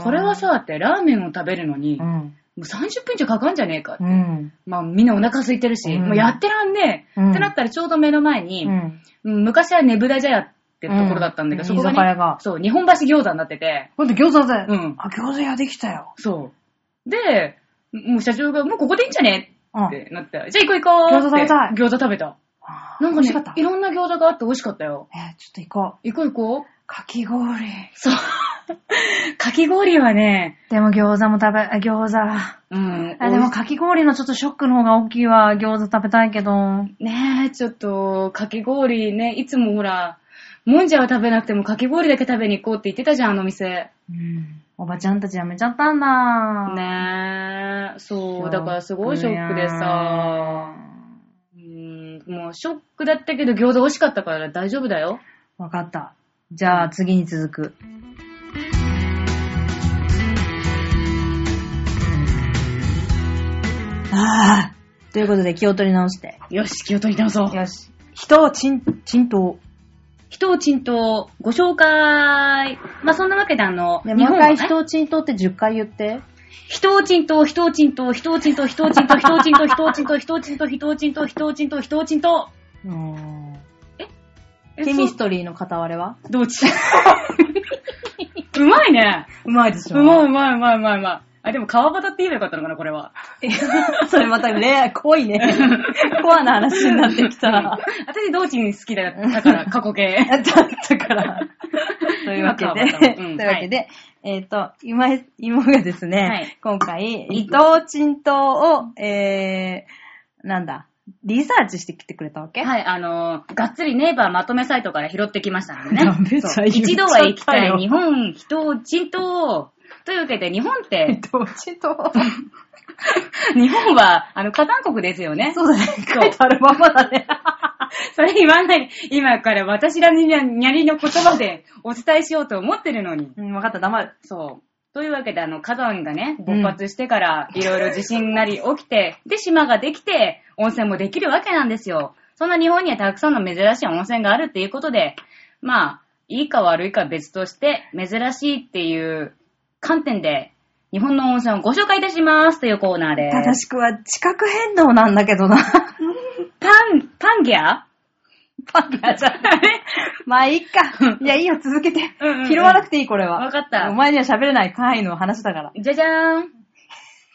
[SPEAKER 2] え
[SPEAKER 1] これは、さ、って、ラーメンを食べるのに
[SPEAKER 2] う、ん。
[SPEAKER 1] もう30分以上かかんじゃねえか。
[SPEAKER 2] うん。
[SPEAKER 1] まあみんなお腹空いてるし、
[SPEAKER 2] うん
[SPEAKER 1] もうやってらんねえ、
[SPEAKER 2] うん
[SPEAKER 1] ってなったらちょうど目の前に、
[SPEAKER 2] うん。
[SPEAKER 1] うん昔はねぶだじゃやってところだったんだけど、
[SPEAKER 2] う
[SPEAKER 1] そ
[SPEAKER 2] ん
[SPEAKER 1] こが、
[SPEAKER 2] 居
[SPEAKER 1] ね、
[SPEAKER 2] 酒屋が
[SPEAKER 1] そう、日本橋餃子になってて、
[SPEAKER 2] 今度餃子だよ。
[SPEAKER 1] うん
[SPEAKER 2] あ、餃子屋できたよ。
[SPEAKER 1] そう。で、もう社長が、もうここでいいんじゃね
[SPEAKER 2] うん。
[SPEAKER 1] ってなって、じゃあ行こう行こう
[SPEAKER 2] 餃子食べたい
[SPEAKER 1] って餃子食べた。
[SPEAKER 2] あー
[SPEAKER 1] なんか
[SPEAKER 2] 美味しかっ
[SPEAKER 1] ね
[SPEAKER 2] た、
[SPEAKER 1] いろんな餃子があって美味しかったよ。
[SPEAKER 2] えー、ちょっと行こ
[SPEAKER 1] 行こう行こ
[SPEAKER 2] う。かき氷。
[SPEAKER 1] う。そう。 かき氷はね、
[SPEAKER 2] でも餃子も食べ、あ餃子。
[SPEAKER 1] うん。
[SPEAKER 2] あでもかき氷のちょっとショックの方が大きいわ。餃子食べたいけど。
[SPEAKER 1] ねえ、ちょっと、かき氷ね、いつもほら、もんじゃは食べなくてもかき氷だけ食べに行こうって言ってたじゃん、あの店。
[SPEAKER 2] うん。おばちゃんたちやめちゃったんだ。
[SPEAKER 1] ねえ、
[SPEAKER 2] ショッ
[SPEAKER 1] そ
[SPEAKER 2] クや
[SPEAKER 1] う、
[SPEAKER 2] ん。
[SPEAKER 1] だからすごいショックでさ、うん、もうショックだったけど餃子美味しかったから大丈夫だよ。
[SPEAKER 2] わかった。じゃあ次に続く。ああ。ということで気を取り直して。
[SPEAKER 1] よし、気を取り直そう。
[SPEAKER 2] よし。人をちん、ちんとう。
[SPEAKER 1] 人をちんとご紹介。まあ、そんなわけであの、
[SPEAKER 2] ね、
[SPEAKER 1] 日
[SPEAKER 2] も
[SPEAKER 1] 本
[SPEAKER 2] う一
[SPEAKER 1] は、ね
[SPEAKER 2] 回、人をちんとって10回言って。
[SPEAKER 1] 人をちんと、人をちんと、人をちんと、人をちんと、人をちんと、人をちんと、人をちんと、人をちんと、人をちんと、人をちんと。
[SPEAKER 2] ケミストリーの片割れは
[SPEAKER 1] どっち うまいね。
[SPEAKER 2] うまいでし
[SPEAKER 1] うまいうまいうまいうまいうまい。あ、でも川端って言えばよかったのかな、これは。
[SPEAKER 2] それまたね、濃いね。コアな話になってきた。
[SPEAKER 1] 私、道珍好きだったから、過去形。
[SPEAKER 2] だったから。というわけ
[SPEAKER 1] 今川端
[SPEAKER 2] で、
[SPEAKER 1] もうん
[SPEAKER 2] というわけで、えっ、と、今井、今がですね、
[SPEAKER 1] はい
[SPEAKER 2] 今回、伊藤鎮東を、えー、なんだ、リサーチしてきてくれたわけ、
[SPEAKER 1] はい、あのーがっつりネイバーまとめサイトから拾ってきましたので
[SPEAKER 2] ダメ
[SPEAKER 1] ね。
[SPEAKER 2] だ
[SPEAKER 1] そう
[SPEAKER 2] 言っちゃった
[SPEAKER 1] 一度
[SPEAKER 2] よ
[SPEAKER 1] は行きたい日本、人を人と、というわけで日本っ
[SPEAKER 2] 伊
[SPEAKER 1] て、
[SPEAKER 2] 藤鎮 東。
[SPEAKER 1] 日本は、あの、火山国ですよね。
[SPEAKER 2] そうだね、書いてあるままだね。
[SPEAKER 1] それ言わない。今から私らにゃにゃりの言葉でお伝えしようと思ってるのに。
[SPEAKER 2] うん、わかった、黙る。
[SPEAKER 1] そう。というわけで、あの、火山がね、勃発してから、いろいろ地震なり起きて、で、島ができて、温泉もできるわけなんですよ。そんな日本にはたくさんの珍しい温泉があるっていうことで、まあ、いいか悪いかは別として、珍しいっていう観点で、日本の温泉をご紹介いたしますというコーナーで
[SPEAKER 2] 正
[SPEAKER 1] す。
[SPEAKER 2] しくは、知覚変動なんだけどな。
[SPEAKER 1] パン、パンギャ
[SPEAKER 2] パンがじゃん。 まあ、いいか。いや、いいよ、続けて
[SPEAKER 1] うんうんうん。
[SPEAKER 2] 拾わなくていい、これは。
[SPEAKER 1] わかった
[SPEAKER 2] お前には喋れない単位の話だから。
[SPEAKER 1] じゃじゃーん。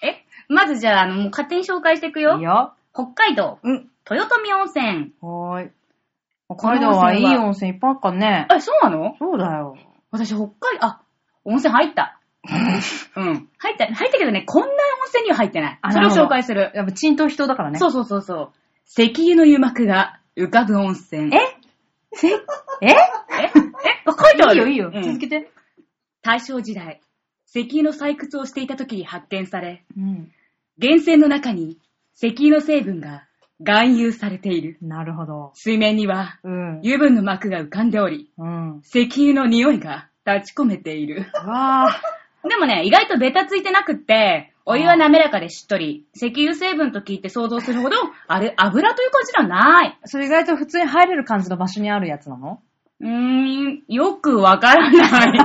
[SPEAKER 1] えまずじゃあ、あの、もう勝手に紹介していくよ。
[SPEAKER 2] いいよ。
[SPEAKER 1] 北海道、
[SPEAKER 2] うん。
[SPEAKER 1] 豊富温泉。
[SPEAKER 2] はーい。北海道はいい温泉いっぱいあるからね。
[SPEAKER 1] あ、そうなの
[SPEAKER 2] そうだよ。
[SPEAKER 1] 私、北海、あ、温泉入 った。うん。入った、入ったけどね、こんな温泉には入ってない。
[SPEAKER 2] あ
[SPEAKER 1] それを
[SPEAKER 2] なるほ
[SPEAKER 1] 紹
[SPEAKER 2] ど
[SPEAKER 1] 介する。
[SPEAKER 2] やっぱ、沈東人だからね。
[SPEAKER 1] そうそうそうそう。石油の油膜が浮かぶ温泉。
[SPEAKER 2] えせえ
[SPEAKER 1] ええあ書いてあ
[SPEAKER 2] いい
[SPEAKER 1] る
[SPEAKER 2] よ、いいよ。
[SPEAKER 1] うん
[SPEAKER 2] 続けて。
[SPEAKER 1] 大正時代、石油の採掘をしていた時に発見され、
[SPEAKER 2] うん。
[SPEAKER 1] 源泉の中に石油の成分が含有されている。
[SPEAKER 2] なるほど。
[SPEAKER 1] 水面には
[SPEAKER 2] うん。
[SPEAKER 1] 油分の膜が浮かんでおり、
[SPEAKER 2] うん。
[SPEAKER 1] 石油の匂いが立ち込めている。
[SPEAKER 2] わー。
[SPEAKER 1] でもね、意外とベタついてなくって、お湯は滑らかでしっとり、石油成分と聞いて想像するほど、あれ、油という感じではない。
[SPEAKER 2] それ意外と普通に入れる感じの場所にあるやつなの
[SPEAKER 1] うーん、よくわからな い。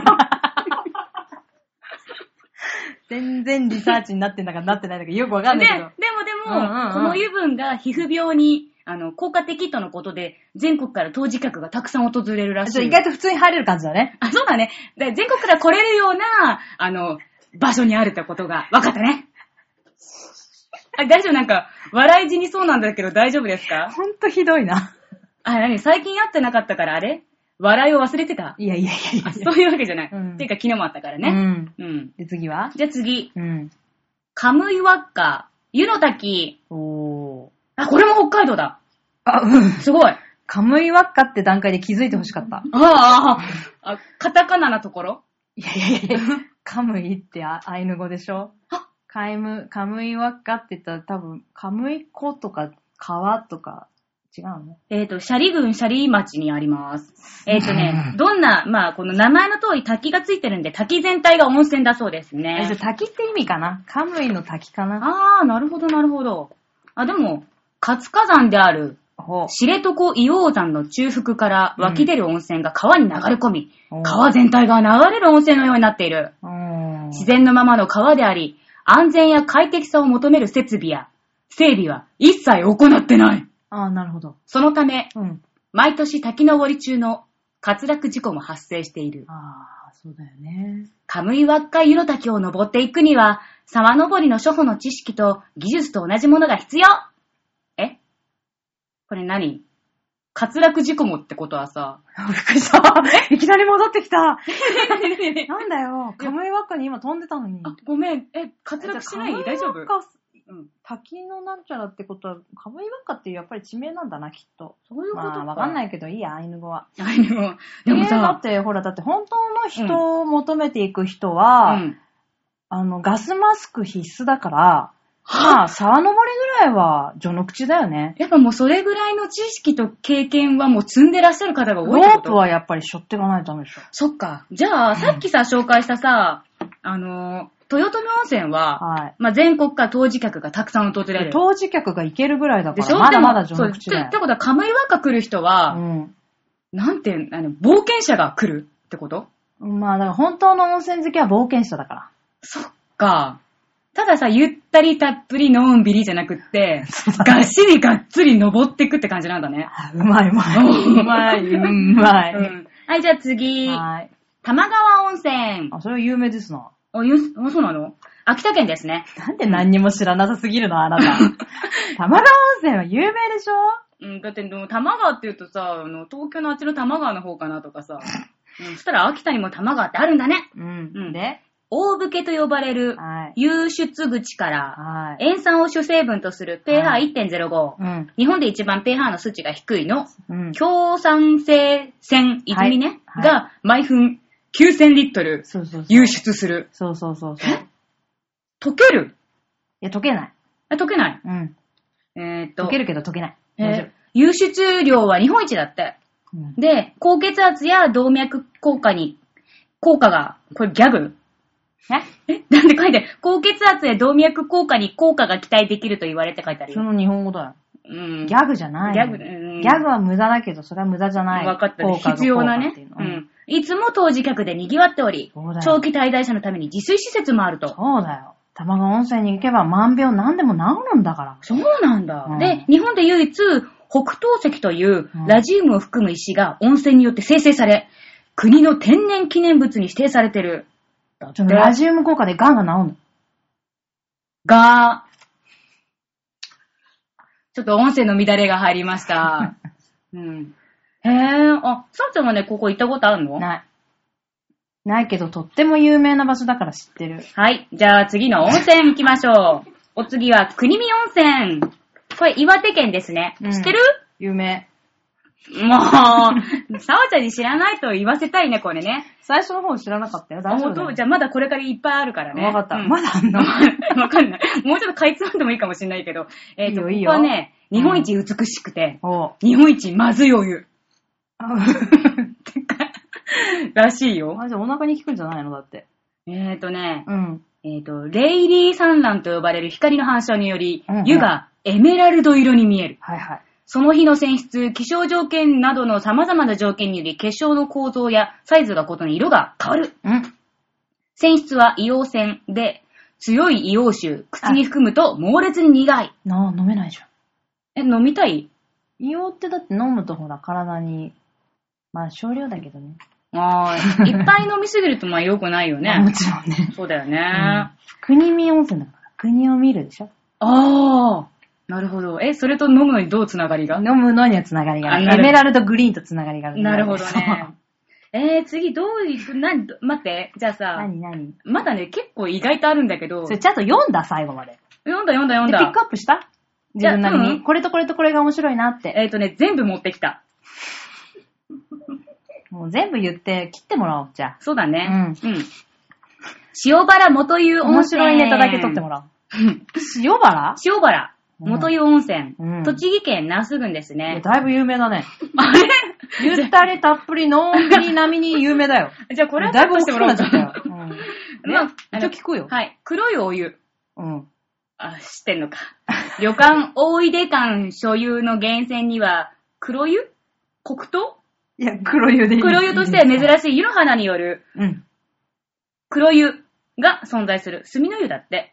[SPEAKER 2] 全然リサーチになってんだからなってないんだけど、よくわかん
[SPEAKER 1] で、
[SPEAKER 2] な
[SPEAKER 1] で
[SPEAKER 2] い
[SPEAKER 1] も
[SPEAKER 2] け
[SPEAKER 1] で
[SPEAKER 2] ど。
[SPEAKER 1] も、
[SPEAKER 2] うんうんうん
[SPEAKER 1] この油分が皮膚病に、あの、効果的とのことで、全国から当事客がたくさん訪れるらし
[SPEAKER 2] それ
[SPEAKER 1] い。
[SPEAKER 2] 意外と普通に入れる感じだね。
[SPEAKER 1] あ、そうだね。で全国から来れるような、あの、場所にあるってことが分かったね。あ、大丈夫なんか、笑い死にそうなんだけど大丈夫ですか
[SPEAKER 2] ほんとひどいな。
[SPEAKER 1] あ、何最近会ってなかったからあれ笑いを忘れてた
[SPEAKER 2] いやいやいやい
[SPEAKER 1] あ
[SPEAKER 2] や。
[SPEAKER 1] そういうわけじゃない。
[SPEAKER 2] うん
[SPEAKER 1] っていうか昨日もあったから
[SPEAKER 2] う
[SPEAKER 1] ね。
[SPEAKER 2] ん。
[SPEAKER 1] うん。
[SPEAKER 2] で、次は
[SPEAKER 1] じゃあ次。
[SPEAKER 2] うん。
[SPEAKER 1] カムイワッカ、湯の滝。
[SPEAKER 2] おー。
[SPEAKER 1] あ、これも北海道だ。
[SPEAKER 2] あ、うん。
[SPEAKER 1] すごい。あ
[SPEAKER 2] カムイワッカって段階で気づいてほしかった。
[SPEAKER 1] あ、あ、カタカナなところ
[SPEAKER 2] いやいやいやカムイってあアイヌ語でしょ
[SPEAKER 1] あ
[SPEAKER 2] カイム、カムイワッカって言ったら多分、カムイ湖とか川とか違うの
[SPEAKER 1] えっ、と、シャリ郡シャリ町にあります。えっ、とね、どんな、まあ、この名前の通り滝がついてるんで、滝全体が温泉だそうです
[SPEAKER 2] え、じゃ
[SPEAKER 1] ね。
[SPEAKER 2] あ滝って意味かなカムイの滝かな
[SPEAKER 1] ああ、なるほど、なるほど。あ、でも、活火山である
[SPEAKER 2] ほう。
[SPEAKER 1] 知床硫黄山の中腹から湧き出る温泉が川に流れ込み、
[SPEAKER 2] うん
[SPEAKER 1] 川全体が流れる温泉のようになっている。
[SPEAKER 2] うーん
[SPEAKER 1] 自然のままの川であり、安全や快適さを求める設備や整備は一切行ってない。
[SPEAKER 2] ああ、なるほど。
[SPEAKER 1] そのため、
[SPEAKER 2] うん。
[SPEAKER 1] 毎年滝登り中の滑落事故も発生している。
[SPEAKER 2] ああ、そうだよね。
[SPEAKER 1] カムイワッカ湯の滝を登っていくには、沢登りの初歩の知識と技術と同じものが必要えこれ何滑落事故もってことはさ、
[SPEAKER 2] びっくりした。いきなり戻ってきた。なんだよ。カムイワッカに今飛んでたのに。
[SPEAKER 1] あ、ごめん。え、滑落しない
[SPEAKER 2] じゃあ
[SPEAKER 1] 大丈
[SPEAKER 2] カムイ
[SPEAKER 1] 夫
[SPEAKER 2] ワッカ
[SPEAKER 1] うん。
[SPEAKER 2] 滝のなんちゃらってことは、カムイワッカってやっぱり地名なんだな、きっと。
[SPEAKER 1] そういうこと。
[SPEAKER 2] まあ、わかんないいけど、いいや、アイヌ語は。
[SPEAKER 1] あ でも、でも
[SPEAKER 2] えーだっ
[SPEAKER 1] さ、
[SPEAKER 2] て、ほら、だって本当の人を求めていく人は、
[SPEAKER 1] うん
[SPEAKER 2] あの、ガスマスク必須だから、まあ、沢登りぐらいは序の口だよね。
[SPEAKER 1] やっぱもうそれぐらいの知識と経験はもう積んでらっしゃる方が多いって
[SPEAKER 2] ロ
[SPEAKER 1] こと
[SPEAKER 2] ープはやっぱり背負っていかないとダメでしょ。
[SPEAKER 1] そっか。じゃあ、さっきさ、紹介したさ、あのー、豊富温泉は、
[SPEAKER 2] はい。
[SPEAKER 1] まあ、全国から当時客がたくさん訪れる。
[SPEAKER 2] 当時客が行けるぐらいだか
[SPEAKER 1] でしょ
[SPEAKER 2] ら、まだまだ
[SPEAKER 1] で
[SPEAKER 2] 序
[SPEAKER 1] もそう
[SPEAKER 2] の
[SPEAKER 1] っ
[SPEAKER 2] 口
[SPEAKER 1] て
[SPEAKER 2] だ
[SPEAKER 1] っ
[SPEAKER 2] よ
[SPEAKER 1] て。ことは、カムイワッカ来る人は、
[SPEAKER 2] うん。
[SPEAKER 1] なんて、あの、冒険者が来るってこと
[SPEAKER 2] まあ、だから本当の温泉好きは冒険者だから。
[SPEAKER 1] そっか。たださ、ゆったりたっぷりのんびりじゃなく って、がっしりがっつり登ってくって感じなんだね。
[SPEAKER 2] うまい、うまい。うまい、うまい。
[SPEAKER 1] うんはい、じゃあ次。
[SPEAKER 2] はい。
[SPEAKER 1] 玉川温泉。
[SPEAKER 2] あ、それは有名ですな。
[SPEAKER 1] お、ゆん、あそうなの秋田県ですね。
[SPEAKER 2] なんで何にも知らなさすぎるの、あな た。玉川温泉は有名でしょ
[SPEAKER 1] うん、だって、でも、玉川って言うとさ、あの、東京のあっちの玉川の方かなとか さ。うん、そしたら秋田にも玉川ってあるんだね。
[SPEAKER 2] うん
[SPEAKER 1] うん
[SPEAKER 2] で
[SPEAKER 1] 大武家と呼ばれる、
[SPEAKER 2] はい。
[SPEAKER 1] 湧出口から、
[SPEAKER 2] はい。
[SPEAKER 1] 塩酸を主成分とする
[SPEAKER 2] はい
[SPEAKER 1] pH1.05。
[SPEAKER 2] うん。
[SPEAKER 1] 日本で一番 pH の数値が低いの。
[SPEAKER 2] うん。
[SPEAKER 1] 強酸性泉泉ね、
[SPEAKER 2] はい
[SPEAKER 1] が毎分9000リットル
[SPEAKER 2] そうそうそう。
[SPEAKER 1] 流出する。
[SPEAKER 2] そうそうそうそう。い
[SPEAKER 1] 溶ける
[SPEAKER 2] や、溶けない。
[SPEAKER 1] あ溶けない。
[SPEAKER 2] うん。
[SPEAKER 1] えーっと、
[SPEAKER 2] 溶けるけど溶けない。
[SPEAKER 1] えー
[SPEAKER 2] 大丈
[SPEAKER 1] 流出量は日本一だって。
[SPEAKER 2] 夫。うん
[SPEAKER 1] で、高血圧や動脈硬化に、効果が、これギャグ
[SPEAKER 2] え
[SPEAKER 1] えなんで書いてある高血圧や動脈硬化に効果が期待できると言われて書いてある
[SPEAKER 2] そ
[SPEAKER 1] よ。
[SPEAKER 2] の日本語だよ。
[SPEAKER 1] うん。
[SPEAKER 2] ギャグじゃない。
[SPEAKER 1] ギャグうん
[SPEAKER 2] ギャグは無駄だけど、それは無駄じゃない。
[SPEAKER 1] 分かったね
[SPEAKER 2] 効果が
[SPEAKER 1] 必要な
[SPEAKER 2] 効果
[SPEAKER 1] ね
[SPEAKER 2] っていう。の
[SPEAKER 1] う。ん。いつも当時客で賑わっており
[SPEAKER 2] そうだよ、
[SPEAKER 1] 長期滞在者のために自炊施設もあると。
[SPEAKER 2] そうだよ。玉川温泉に行けば万病何でも治るんだから。
[SPEAKER 1] そうなんだ。
[SPEAKER 2] うん
[SPEAKER 1] で、日本で唯一、北東石という
[SPEAKER 2] うん
[SPEAKER 1] ラジウムを含む石が温泉によって生成され、国の天然記念物に指定されてる。だって
[SPEAKER 2] ちょっとラジウム効果でガンが治るの。
[SPEAKER 1] が、ちょっと音声の乱れが入りま した。うん。へえ、あ、さっちゃんはね、ここ行ったことあるの
[SPEAKER 2] ない。ないけど、とっても有名な場所だから知ってる。
[SPEAKER 1] はい。じゃあ次の温泉行きましょう。お次は国見温泉。これ岩手県ですね。
[SPEAKER 2] うん
[SPEAKER 1] 知ってる
[SPEAKER 2] 有名。
[SPEAKER 1] もう、さおちゃんに知らないと言わせたいね、これね。
[SPEAKER 2] 最初の方知らなかったよ。大丈夫だ
[SPEAKER 1] あ
[SPEAKER 2] よ
[SPEAKER 1] 本当じゃあまだこれからいっぱいあるからね。
[SPEAKER 2] わかった。
[SPEAKER 1] うん
[SPEAKER 2] まだあんの
[SPEAKER 1] わかんない。もうちょっとかいつまんでもいいかもしれないけど。えっ、と、
[SPEAKER 2] いいよいい
[SPEAKER 1] こ
[SPEAKER 2] よ
[SPEAKER 1] こはね、日本一美しくて、
[SPEAKER 2] おう。
[SPEAKER 1] 日本一まずいお湯。
[SPEAKER 2] あ
[SPEAKER 1] らしいよ。
[SPEAKER 2] じゃあお腹に効くんじゃないのだって。
[SPEAKER 1] えっ、とね、
[SPEAKER 2] うん。
[SPEAKER 1] えっ、と、レイリー産卵と呼ばれる光の反射により
[SPEAKER 2] うんう、ん
[SPEAKER 1] 湯がエメラルド色に見える。
[SPEAKER 2] はいはい。
[SPEAKER 1] その日の選出、気象条件などの様々な条件により結晶の構造やサイズが異に色が変わる。
[SPEAKER 2] うん。
[SPEAKER 1] 泉質は硫黄泉で、強い硫黄臭、口に含むと猛烈に苦い。
[SPEAKER 2] なあ、飲めないじゃん。
[SPEAKER 1] え、飲みたい
[SPEAKER 2] 硫黄ってだって飲むとほら、体に、まあ少量だけどね。
[SPEAKER 1] ああ、いっぱい飲みすぎるとまあ良くないよ
[SPEAKER 2] まあも
[SPEAKER 1] ね。
[SPEAKER 2] ちろんね。
[SPEAKER 1] そうだよね。
[SPEAKER 2] 国見温泉だから。国を見るでしょ。
[SPEAKER 1] ああ、なるほど。え、それと飲むのにどうつながりが
[SPEAKER 2] 飲むのにはつながりがある。
[SPEAKER 1] あなる
[SPEAKER 2] エメラルドグリーンとつながりがある。
[SPEAKER 1] なるほどね。えー、次どういく、なに、ど待って、じゃあ
[SPEAKER 2] そう。
[SPEAKER 1] さ、
[SPEAKER 2] 何何
[SPEAKER 1] まだね、結構意外とあるんだけど、
[SPEAKER 2] そ
[SPEAKER 1] 読
[SPEAKER 2] れちゃんと読んだ最後まで。
[SPEAKER 1] んだ読んだ読ん
[SPEAKER 2] で、ピック
[SPEAKER 1] だ。
[SPEAKER 2] アップした自分なり
[SPEAKER 1] いやうん
[SPEAKER 2] に。これとこれとこれが面白いなって。
[SPEAKER 1] えっ、とね、全部持ってきた。
[SPEAKER 2] もう全部言って切ってもらおう、じゃあ。
[SPEAKER 1] そうだね。うん。塩原元湯温泉。
[SPEAKER 2] 面白いネタだけ取ってもらおう。 塩原
[SPEAKER 1] 塩原
[SPEAKER 2] うん
[SPEAKER 1] 元湯温泉、
[SPEAKER 2] うん
[SPEAKER 1] 栃木県那須郡です
[SPEAKER 2] いや
[SPEAKER 1] ね。
[SPEAKER 2] だいぶ有名だね。
[SPEAKER 1] あれ
[SPEAKER 2] ゆったりたっぷりのんびり並みに有名だよ。
[SPEAKER 1] じゃあこれは
[SPEAKER 2] だいぶ大
[SPEAKER 1] カ
[SPEAKER 2] き
[SPEAKER 1] ット
[SPEAKER 2] くなっちゃっ たよ。
[SPEAKER 1] う
[SPEAKER 2] うん
[SPEAKER 1] まあ
[SPEAKER 2] ね
[SPEAKER 1] あ
[SPEAKER 2] 一
[SPEAKER 1] の
[SPEAKER 2] 応聞くよ。
[SPEAKER 1] はい。黒いお湯。
[SPEAKER 2] うん。
[SPEAKER 1] あ、知ってんのか。旅館大出館所有の源泉には、黒湯黒糖
[SPEAKER 2] いや、黒湯でいい。
[SPEAKER 1] 黒湯としては珍しい湯の花による
[SPEAKER 2] うん。
[SPEAKER 1] 黒湯が存在する。炭の湯だって。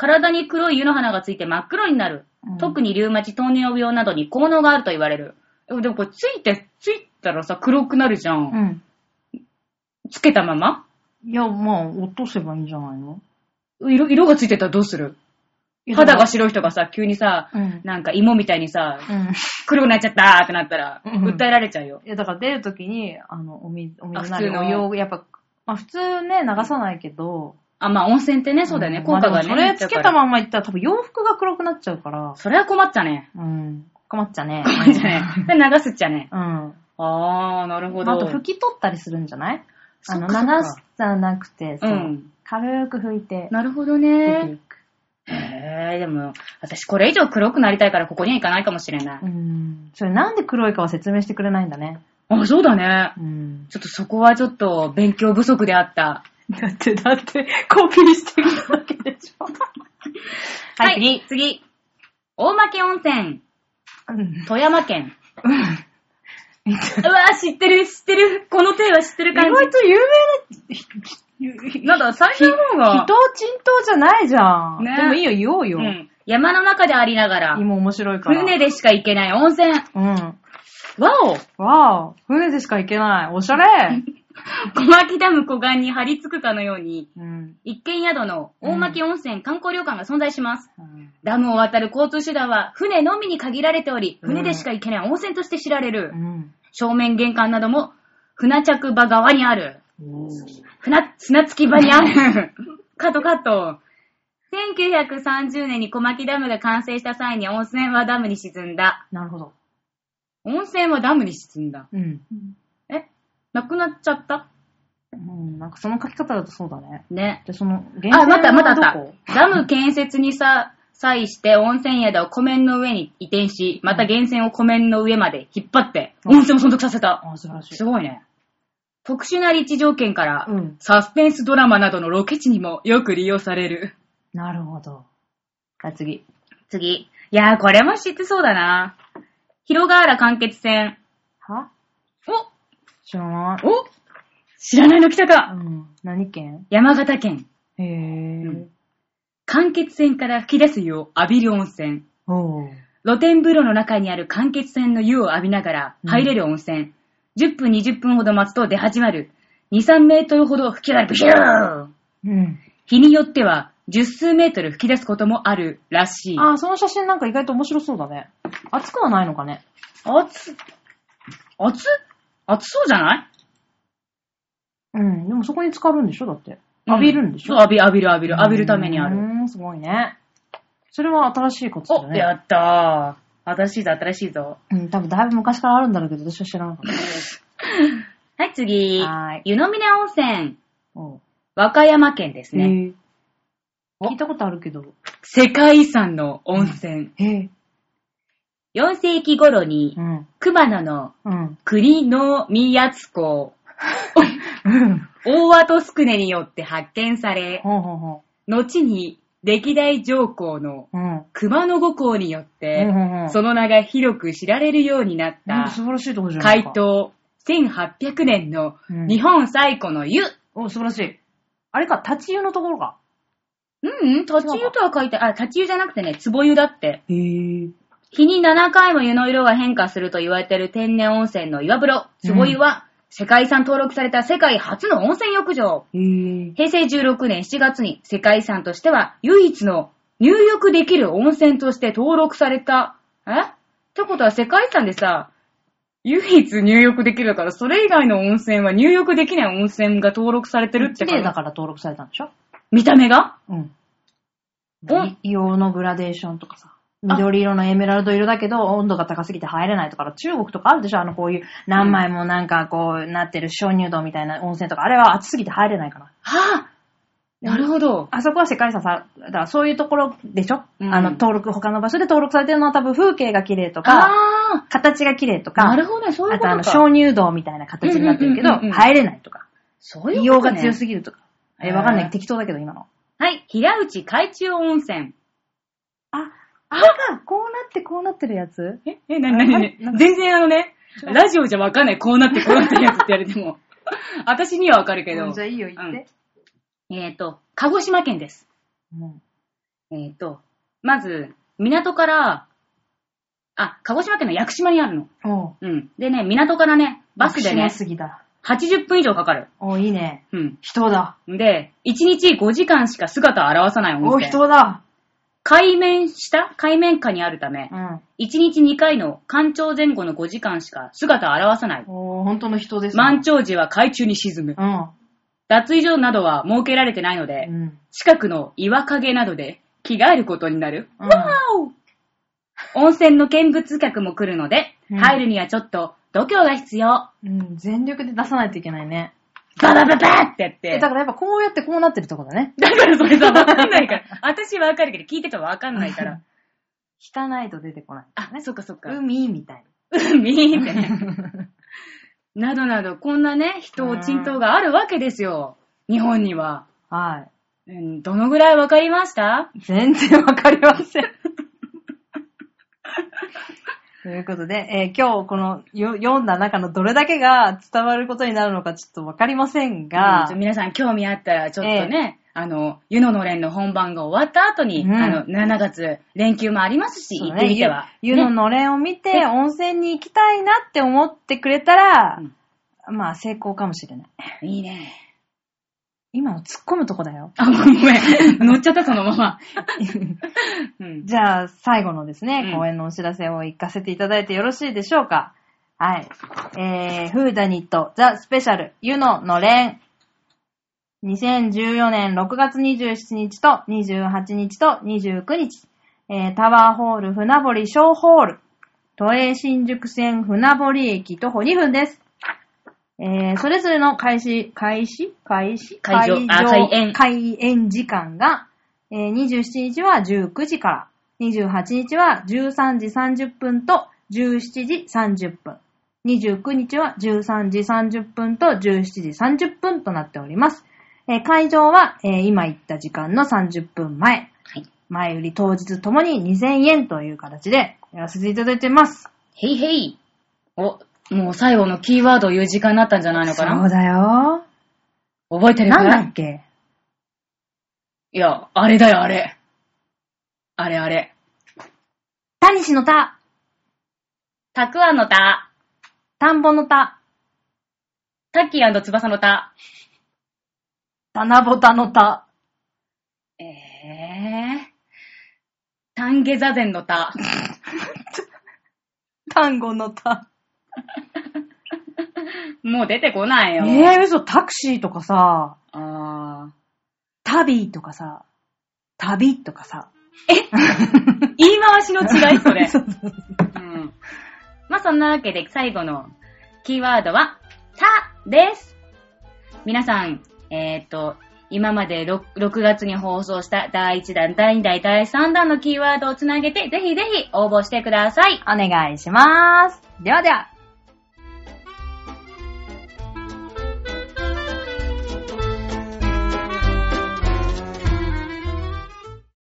[SPEAKER 1] 体に黒い湯の花がついて真っ黒になる。
[SPEAKER 2] うん
[SPEAKER 1] 特にリウマチ、糖尿病などに効能があると言われる。えでもこれついて、ついたらさ、黒くなるじゃん。
[SPEAKER 2] うん。
[SPEAKER 1] つけたまま
[SPEAKER 2] いや、まあ、落とせばいいんじゃないの
[SPEAKER 1] 色色がついてたらどうする肌が白い人がさ、急にさ、
[SPEAKER 2] うん。
[SPEAKER 1] なんか芋みたいにさ、
[SPEAKER 2] うん。
[SPEAKER 1] 黒くなっちゃったーってなったら、
[SPEAKER 2] うんうん
[SPEAKER 1] 訴えられちゃうよ。
[SPEAKER 2] いや、だから出るときに、あの、お水、お水な
[SPEAKER 1] あ
[SPEAKER 2] り、
[SPEAKER 1] 普通
[SPEAKER 2] お
[SPEAKER 1] の
[SPEAKER 2] 湯を、やっぱ、まあ普通ね、流さないけど。
[SPEAKER 1] あ、まあ温泉ってね、そうだよね、
[SPEAKER 2] ん
[SPEAKER 1] 効果が
[SPEAKER 2] まあ
[SPEAKER 1] ね。
[SPEAKER 2] でもそれつけた
[SPEAKER 1] ま
[SPEAKER 2] まんまいったら多分洋服が黒くなっちゃうから。
[SPEAKER 1] それは困っちゃね。
[SPEAKER 2] うん。困っちゃね。
[SPEAKER 1] 困っちゃね。で、流すっちゃね。
[SPEAKER 2] うん。
[SPEAKER 1] あー、なるほど。
[SPEAKER 2] あと拭き取ったりするんじゃない
[SPEAKER 1] そ
[SPEAKER 2] あ
[SPEAKER 1] っ
[SPEAKER 2] の、
[SPEAKER 1] か
[SPEAKER 2] 流
[SPEAKER 1] そっか。
[SPEAKER 2] すじゃなくて、そううん軽く拭いて、
[SPEAKER 1] なるほど
[SPEAKER 2] 出てい
[SPEAKER 1] ね。
[SPEAKER 2] く。
[SPEAKER 1] へー、でも、私これ以上黒くなりたいからここには行かないかもしれない。
[SPEAKER 2] うん。それなんで黒いかは説明してくれないんだね。
[SPEAKER 1] あ、そうだね。
[SPEAKER 2] うん。
[SPEAKER 1] ちょっとそこはちょっと勉強不足であった。
[SPEAKER 2] だって、だって、コピーしてきただけでしょ。はい、次。
[SPEAKER 1] 次。大巻温泉、
[SPEAKER 2] うん。
[SPEAKER 1] 富山県。うわ知ってる、知ってる。この手は知ってる
[SPEAKER 3] 意
[SPEAKER 1] 感じ。
[SPEAKER 3] 外と有名な、なんだ、最初の方が、
[SPEAKER 2] 人を沈頭じゃないじゃん。
[SPEAKER 3] ね
[SPEAKER 2] でもいいよ、言おうよ。
[SPEAKER 3] うん。
[SPEAKER 1] 山の中でありながら、
[SPEAKER 2] 今面白いから。
[SPEAKER 1] 船でしか行けない温泉。
[SPEAKER 2] うん。
[SPEAKER 1] わお
[SPEAKER 2] わあ、船でしか行けない。おし ゃれ。
[SPEAKER 1] 小牧ダム湖岸に張り付くかのように、
[SPEAKER 2] うん。
[SPEAKER 1] 一軒宿の大牧温泉観光旅館が存在します。
[SPEAKER 2] うん
[SPEAKER 1] ダムを渡る交通手段は船のみに限られており、
[SPEAKER 2] うん
[SPEAKER 1] 船でしか行けない温泉として知られる
[SPEAKER 2] う。ん。
[SPEAKER 1] 正面玄関なども船着場側にある。
[SPEAKER 2] おー
[SPEAKER 1] 船、船着き場にあ る。カットカット。1930年に小牧ダムが完成した際に温泉はダムに沈んだ。
[SPEAKER 2] なるほど。
[SPEAKER 1] 温泉はダムに沈んだ。
[SPEAKER 2] うん。
[SPEAKER 1] えなくなっちゃった
[SPEAKER 2] うん。なんかその書き方だとそうだね。
[SPEAKER 1] ね。
[SPEAKER 2] で、その、
[SPEAKER 1] あ、またまたあっ
[SPEAKER 2] はどこ
[SPEAKER 1] た。ダム建設にさ、際して温泉宿を湖面の上に移転し、また源泉を湖面の上まで引っ張って、
[SPEAKER 2] うん
[SPEAKER 1] 温泉を存続させた。
[SPEAKER 2] あ、素晴らしい。
[SPEAKER 1] すごいね。特殊な立地条件から、
[SPEAKER 2] うん
[SPEAKER 1] サスペンスドラマなどのロケ地にもよく利用される。
[SPEAKER 2] なるほど。あ、次。
[SPEAKER 1] 次。いやー、これも知ってそうだな。広川原間欠線。
[SPEAKER 2] は
[SPEAKER 1] お
[SPEAKER 2] 知らない。
[SPEAKER 1] お知らないの来た
[SPEAKER 2] う
[SPEAKER 1] か
[SPEAKER 2] ん。何県
[SPEAKER 1] 山形県。
[SPEAKER 2] へえ。
[SPEAKER 1] ん間欠線から吹き出す湯を浴びる温泉。
[SPEAKER 2] おー。
[SPEAKER 1] 露天風呂の中にある間欠泉の湯を浴びながら
[SPEAKER 2] うん
[SPEAKER 1] 入れる温泉。10分20分ほど待つと出始まる。2、3メートルほど吹き上がる。ビュー
[SPEAKER 2] うん。
[SPEAKER 1] 日によっては、十数メートル吹き出すこともあるらしい。
[SPEAKER 2] あ、その写真なんか意外と面白そうだね。熱くはないのかね。
[SPEAKER 1] 熱っ、熱っ熱そうじゃない
[SPEAKER 2] うん。でもそこに浸かるんでしょだって。浴びるんでし
[SPEAKER 1] そ
[SPEAKER 2] ょ、
[SPEAKER 1] う浴び、浴びる、浴びる、浴びるためにあ
[SPEAKER 2] う
[SPEAKER 1] る。
[SPEAKER 2] ーん、すごいね。それは新しいことだ
[SPEAKER 1] お、
[SPEAKER 2] ね。
[SPEAKER 1] やったー。新しいぞ、新しいぞ。
[SPEAKER 2] うん、多分だいぶ昔からあるんだろうけど、私は知らな かっ
[SPEAKER 1] はい、次。
[SPEAKER 2] はーい
[SPEAKER 1] 湯の峰温泉。
[SPEAKER 2] た。うん。
[SPEAKER 1] 和歌山県ですね。
[SPEAKER 2] へー聞いたことあるけど。
[SPEAKER 1] 世界遺産の温泉。
[SPEAKER 2] へえ。
[SPEAKER 1] 4世紀頃に
[SPEAKER 2] う、ん。
[SPEAKER 1] 熊野の
[SPEAKER 2] うん。
[SPEAKER 1] 国の宮津港、
[SPEAKER 2] うん。
[SPEAKER 1] 大和宿根によって発見され、
[SPEAKER 2] ほうほうほ
[SPEAKER 1] 後に歴代上皇の
[SPEAKER 2] う。うん。
[SPEAKER 1] 熊野五皇によって
[SPEAKER 2] うんうんう、ん
[SPEAKER 1] その名が広く知られるようになっ
[SPEAKER 2] なん
[SPEAKER 1] た
[SPEAKER 2] か素、晴らしいとこじゃない
[SPEAKER 1] 開
[SPEAKER 2] か。
[SPEAKER 1] 湯1800年の
[SPEAKER 2] うん
[SPEAKER 1] 日本最古の湯。
[SPEAKER 2] お、素晴らしい。あれか、立ち湯のところか。
[SPEAKER 1] うん、うん、立ち湯とは書いて、あ、立ち湯じゃなくてね、壺湯だって。
[SPEAKER 2] へえ。
[SPEAKER 1] 日に7回も湯の色が変化すると言われている天然温泉の岩風呂、壺湯は、世界遺産登録された世界初の温泉浴場。
[SPEAKER 2] へえ。
[SPEAKER 1] 平成16年7月に世界遺産としては唯一の入浴できる温泉として登録された。えってことは世界遺産でさ、唯一入浴できるから、それ以外の温泉は入浴できない温泉が登録されてるって
[SPEAKER 2] 綺
[SPEAKER 1] こと
[SPEAKER 2] 麗だから登録されたんでしょ
[SPEAKER 1] 見た目が
[SPEAKER 2] うん。
[SPEAKER 1] お
[SPEAKER 2] い硫黄のグラデーションとかさ。緑色のエメラルド色だけど、温度が高すぎて入れないとか、中国とかあるでしょあの、こういう、何枚もなんかこう、なってる鍾乳洞みたいな温泉とか、あれは暑すぎて入れないから。
[SPEAKER 1] はぁ、なるほど。
[SPEAKER 2] あそこは世界遺産さ、だからそういうところでしょ、
[SPEAKER 1] うん
[SPEAKER 2] あの、登録、他の場所で登録されてるのは多分風景が綺麗とか、
[SPEAKER 1] あ
[SPEAKER 2] 形が綺麗と
[SPEAKER 1] ー、
[SPEAKER 2] か、
[SPEAKER 1] なるほどね、そういう
[SPEAKER 2] あ
[SPEAKER 1] こと
[SPEAKER 2] とあ
[SPEAKER 1] か。
[SPEAKER 2] の、鍾乳洞みたいな形になってるけ
[SPEAKER 1] うん
[SPEAKER 2] ど、
[SPEAKER 1] うんうんうんうん
[SPEAKER 2] 入れないとか、
[SPEAKER 1] そういうこ
[SPEAKER 2] 硫黄
[SPEAKER 1] と
[SPEAKER 2] が
[SPEAKER 1] ね
[SPEAKER 2] 強すぎるとか。え、わかんな
[SPEAKER 1] へー
[SPEAKER 2] い。適当だけど、今の。
[SPEAKER 1] はい、平内海中温泉。
[SPEAKER 2] あ、あれか、こうなってこうなってるやつ
[SPEAKER 1] え、え、なになになに全然あのね、ラジオじゃわかんない、こうなってこうなってるやつって言われて も。私にはわかるけど。
[SPEAKER 2] うんじゃあいいよ、言って。
[SPEAKER 1] えっ、と、鹿児島県です。
[SPEAKER 2] うん。
[SPEAKER 1] えっ、と、まず、港から、あ、鹿児島県の屋久島にあるの。
[SPEAKER 2] おう
[SPEAKER 1] うん。でね、港からね、バスでね
[SPEAKER 2] 島、すぎだ。
[SPEAKER 1] 80分以上かかる。
[SPEAKER 2] おういいね。
[SPEAKER 1] うん。
[SPEAKER 2] 人だ。
[SPEAKER 1] で、1日5時間しか姿を現さない
[SPEAKER 2] お
[SPEAKER 1] 温
[SPEAKER 2] う
[SPEAKER 1] 泉。
[SPEAKER 2] 人だ。
[SPEAKER 1] 海面下海面下にあるため
[SPEAKER 2] う、ん。
[SPEAKER 1] 1日2回の干潮前後の5時間しか姿を現さない。
[SPEAKER 2] おう本当の人ですね。
[SPEAKER 1] 満潮時は海中に沈む。
[SPEAKER 2] うん。
[SPEAKER 1] 脱衣所などは設けられてないので
[SPEAKER 2] う、ん。
[SPEAKER 1] 近くの岩陰などで着替えることになる。
[SPEAKER 2] うん
[SPEAKER 1] 温泉の見物客も来るので、
[SPEAKER 2] うん
[SPEAKER 1] 入るにはちょっと度胸が必要。
[SPEAKER 2] うん。全力で出さないといけないね。
[SPEAKER 1] ババババーってやっ
[SPEAKER 2] え、
[SPEAKER 1] て。
[SPEAKER 2] だからやっぱこうやってこうなってるとこだね。
[SPEAKER 1] だからそれさ、わかんない から。私わかるけど、聞いてたらわかんないから。
[SPEAKER 2] 汚いと出てこない。
[SPEAKER 1] あ、そっかそっか。
[SPEAKER 2] 海みたい。
[SPEAKER 1] うん、み ーってね。 などなど、こんなね、人を浸透があるわけですよ。日本には。
[SPEAKER 2] は
[SPEAKER 1] うん、どのぐらいわかりました
[SPEAKER 2] い。全然わかりません。ということで、えー今日このよ読んだ中のどれだけが伝わることになるのかちょっとわかりませんが、
[SPEAKER 1] 皆さん興味あったら、ちょっとね、あの、湯ののれんの本番が終わった後に、
[SPEAKER 2] うん
[SPEAKER 1] あの、7月、連休もありますし、
[SPEAKER 2] そう
[SPEAKER 1] 行
[SPEAKER 2] ね
[SPEAKER 1] ってみては。
[SPEAKER 2] ゆゆののれんを見て、
[SPEAKER 1] ね
[SPEAKER 2] 温泉に行きたいなって思ってくれたら
[SPEAKER 1] う、
[SPEAKER 2] まあ成功かもしれない。
[SPEAKER 1] いいね。
[SPEAKER 2] 今の突っ込むとこだよ。
[SPEAKER 1] あ、ごめん。乗 っちゃった、そのま ま。うん
[SPEAKER 2] じゃあ、最後のです
[SPEAKER 1] う
[SPEAKER 2] ね、
[SPEAKER 1] ん
[SPEAKER 2] 公演のお知らせを行かせていただいてよろしいでしょうか。はい。えー、フーダニット、ザ・スペシャル、ユノのれん。2014年6月27日と28日と29日。えー、タワーホール船堀小ホール。都営新宿線船堀駅徒歩2分です。えー、それぞれの開始、開始開始
[SPEAKER 1] 開場あ開演
[SPEAKER 2] 開演時間が、えー、27日は19時から、28日は13時30分と17時30分、29日は13時30分と17時30分となっております。えー会場は、えー今言った時間の30分前、
[SPEAKER 1] はい。
[SPEAKER 2] 前売り当日ともに2000円という形でやらせていただいてます。
[SPEAKER 1] へいへい。お、もう最後のキーワードを言う時間になったんじゃないのかな
[SPEAKER 2] だよ。
[SPEAKER 1] 覚えてるか
[SPEAKER 2] なん
[SPEAKER 1] い
[SPEAKER 2] だっけ
[SPEAKER 1] いや、あれだよ、あれ。あれあれ。
[SPEAKER 2] タニシのタ、
[SPEAKER 1] たくあんのた、
[SPEAKER 2] 田んぼのタ、
[SPEAKER 1] タッキー翼のた。
[SPEAKER 2] 七ぼたのタ。
[SPEAKER 1] ええー。タンゲザゼンのた。
[SPEAKER 2] 単語のタ。
[SPEAKER 1] もう出てこないよ。
[SPEAKER 2] ええー、嘘、タクシーとかさ、
[SPEAKER 1] あ
[SPEAKER 2] タビーとかさ、旅とかさ。
[SPEAKER 1] ー言い回しの違 い、それ。
[SPEAKER 2] そう
[SPEAKER 1] うん。まあ、そんなわけで最後のキーワードは、たです。皆さん、えっ、と、今まで 6, 6月に放送した第1弾、第2弾、第3弾のキーワードをつなげて、ぜひぜひ応募してください。
[SPEAKER 2] お願いします。ではでは、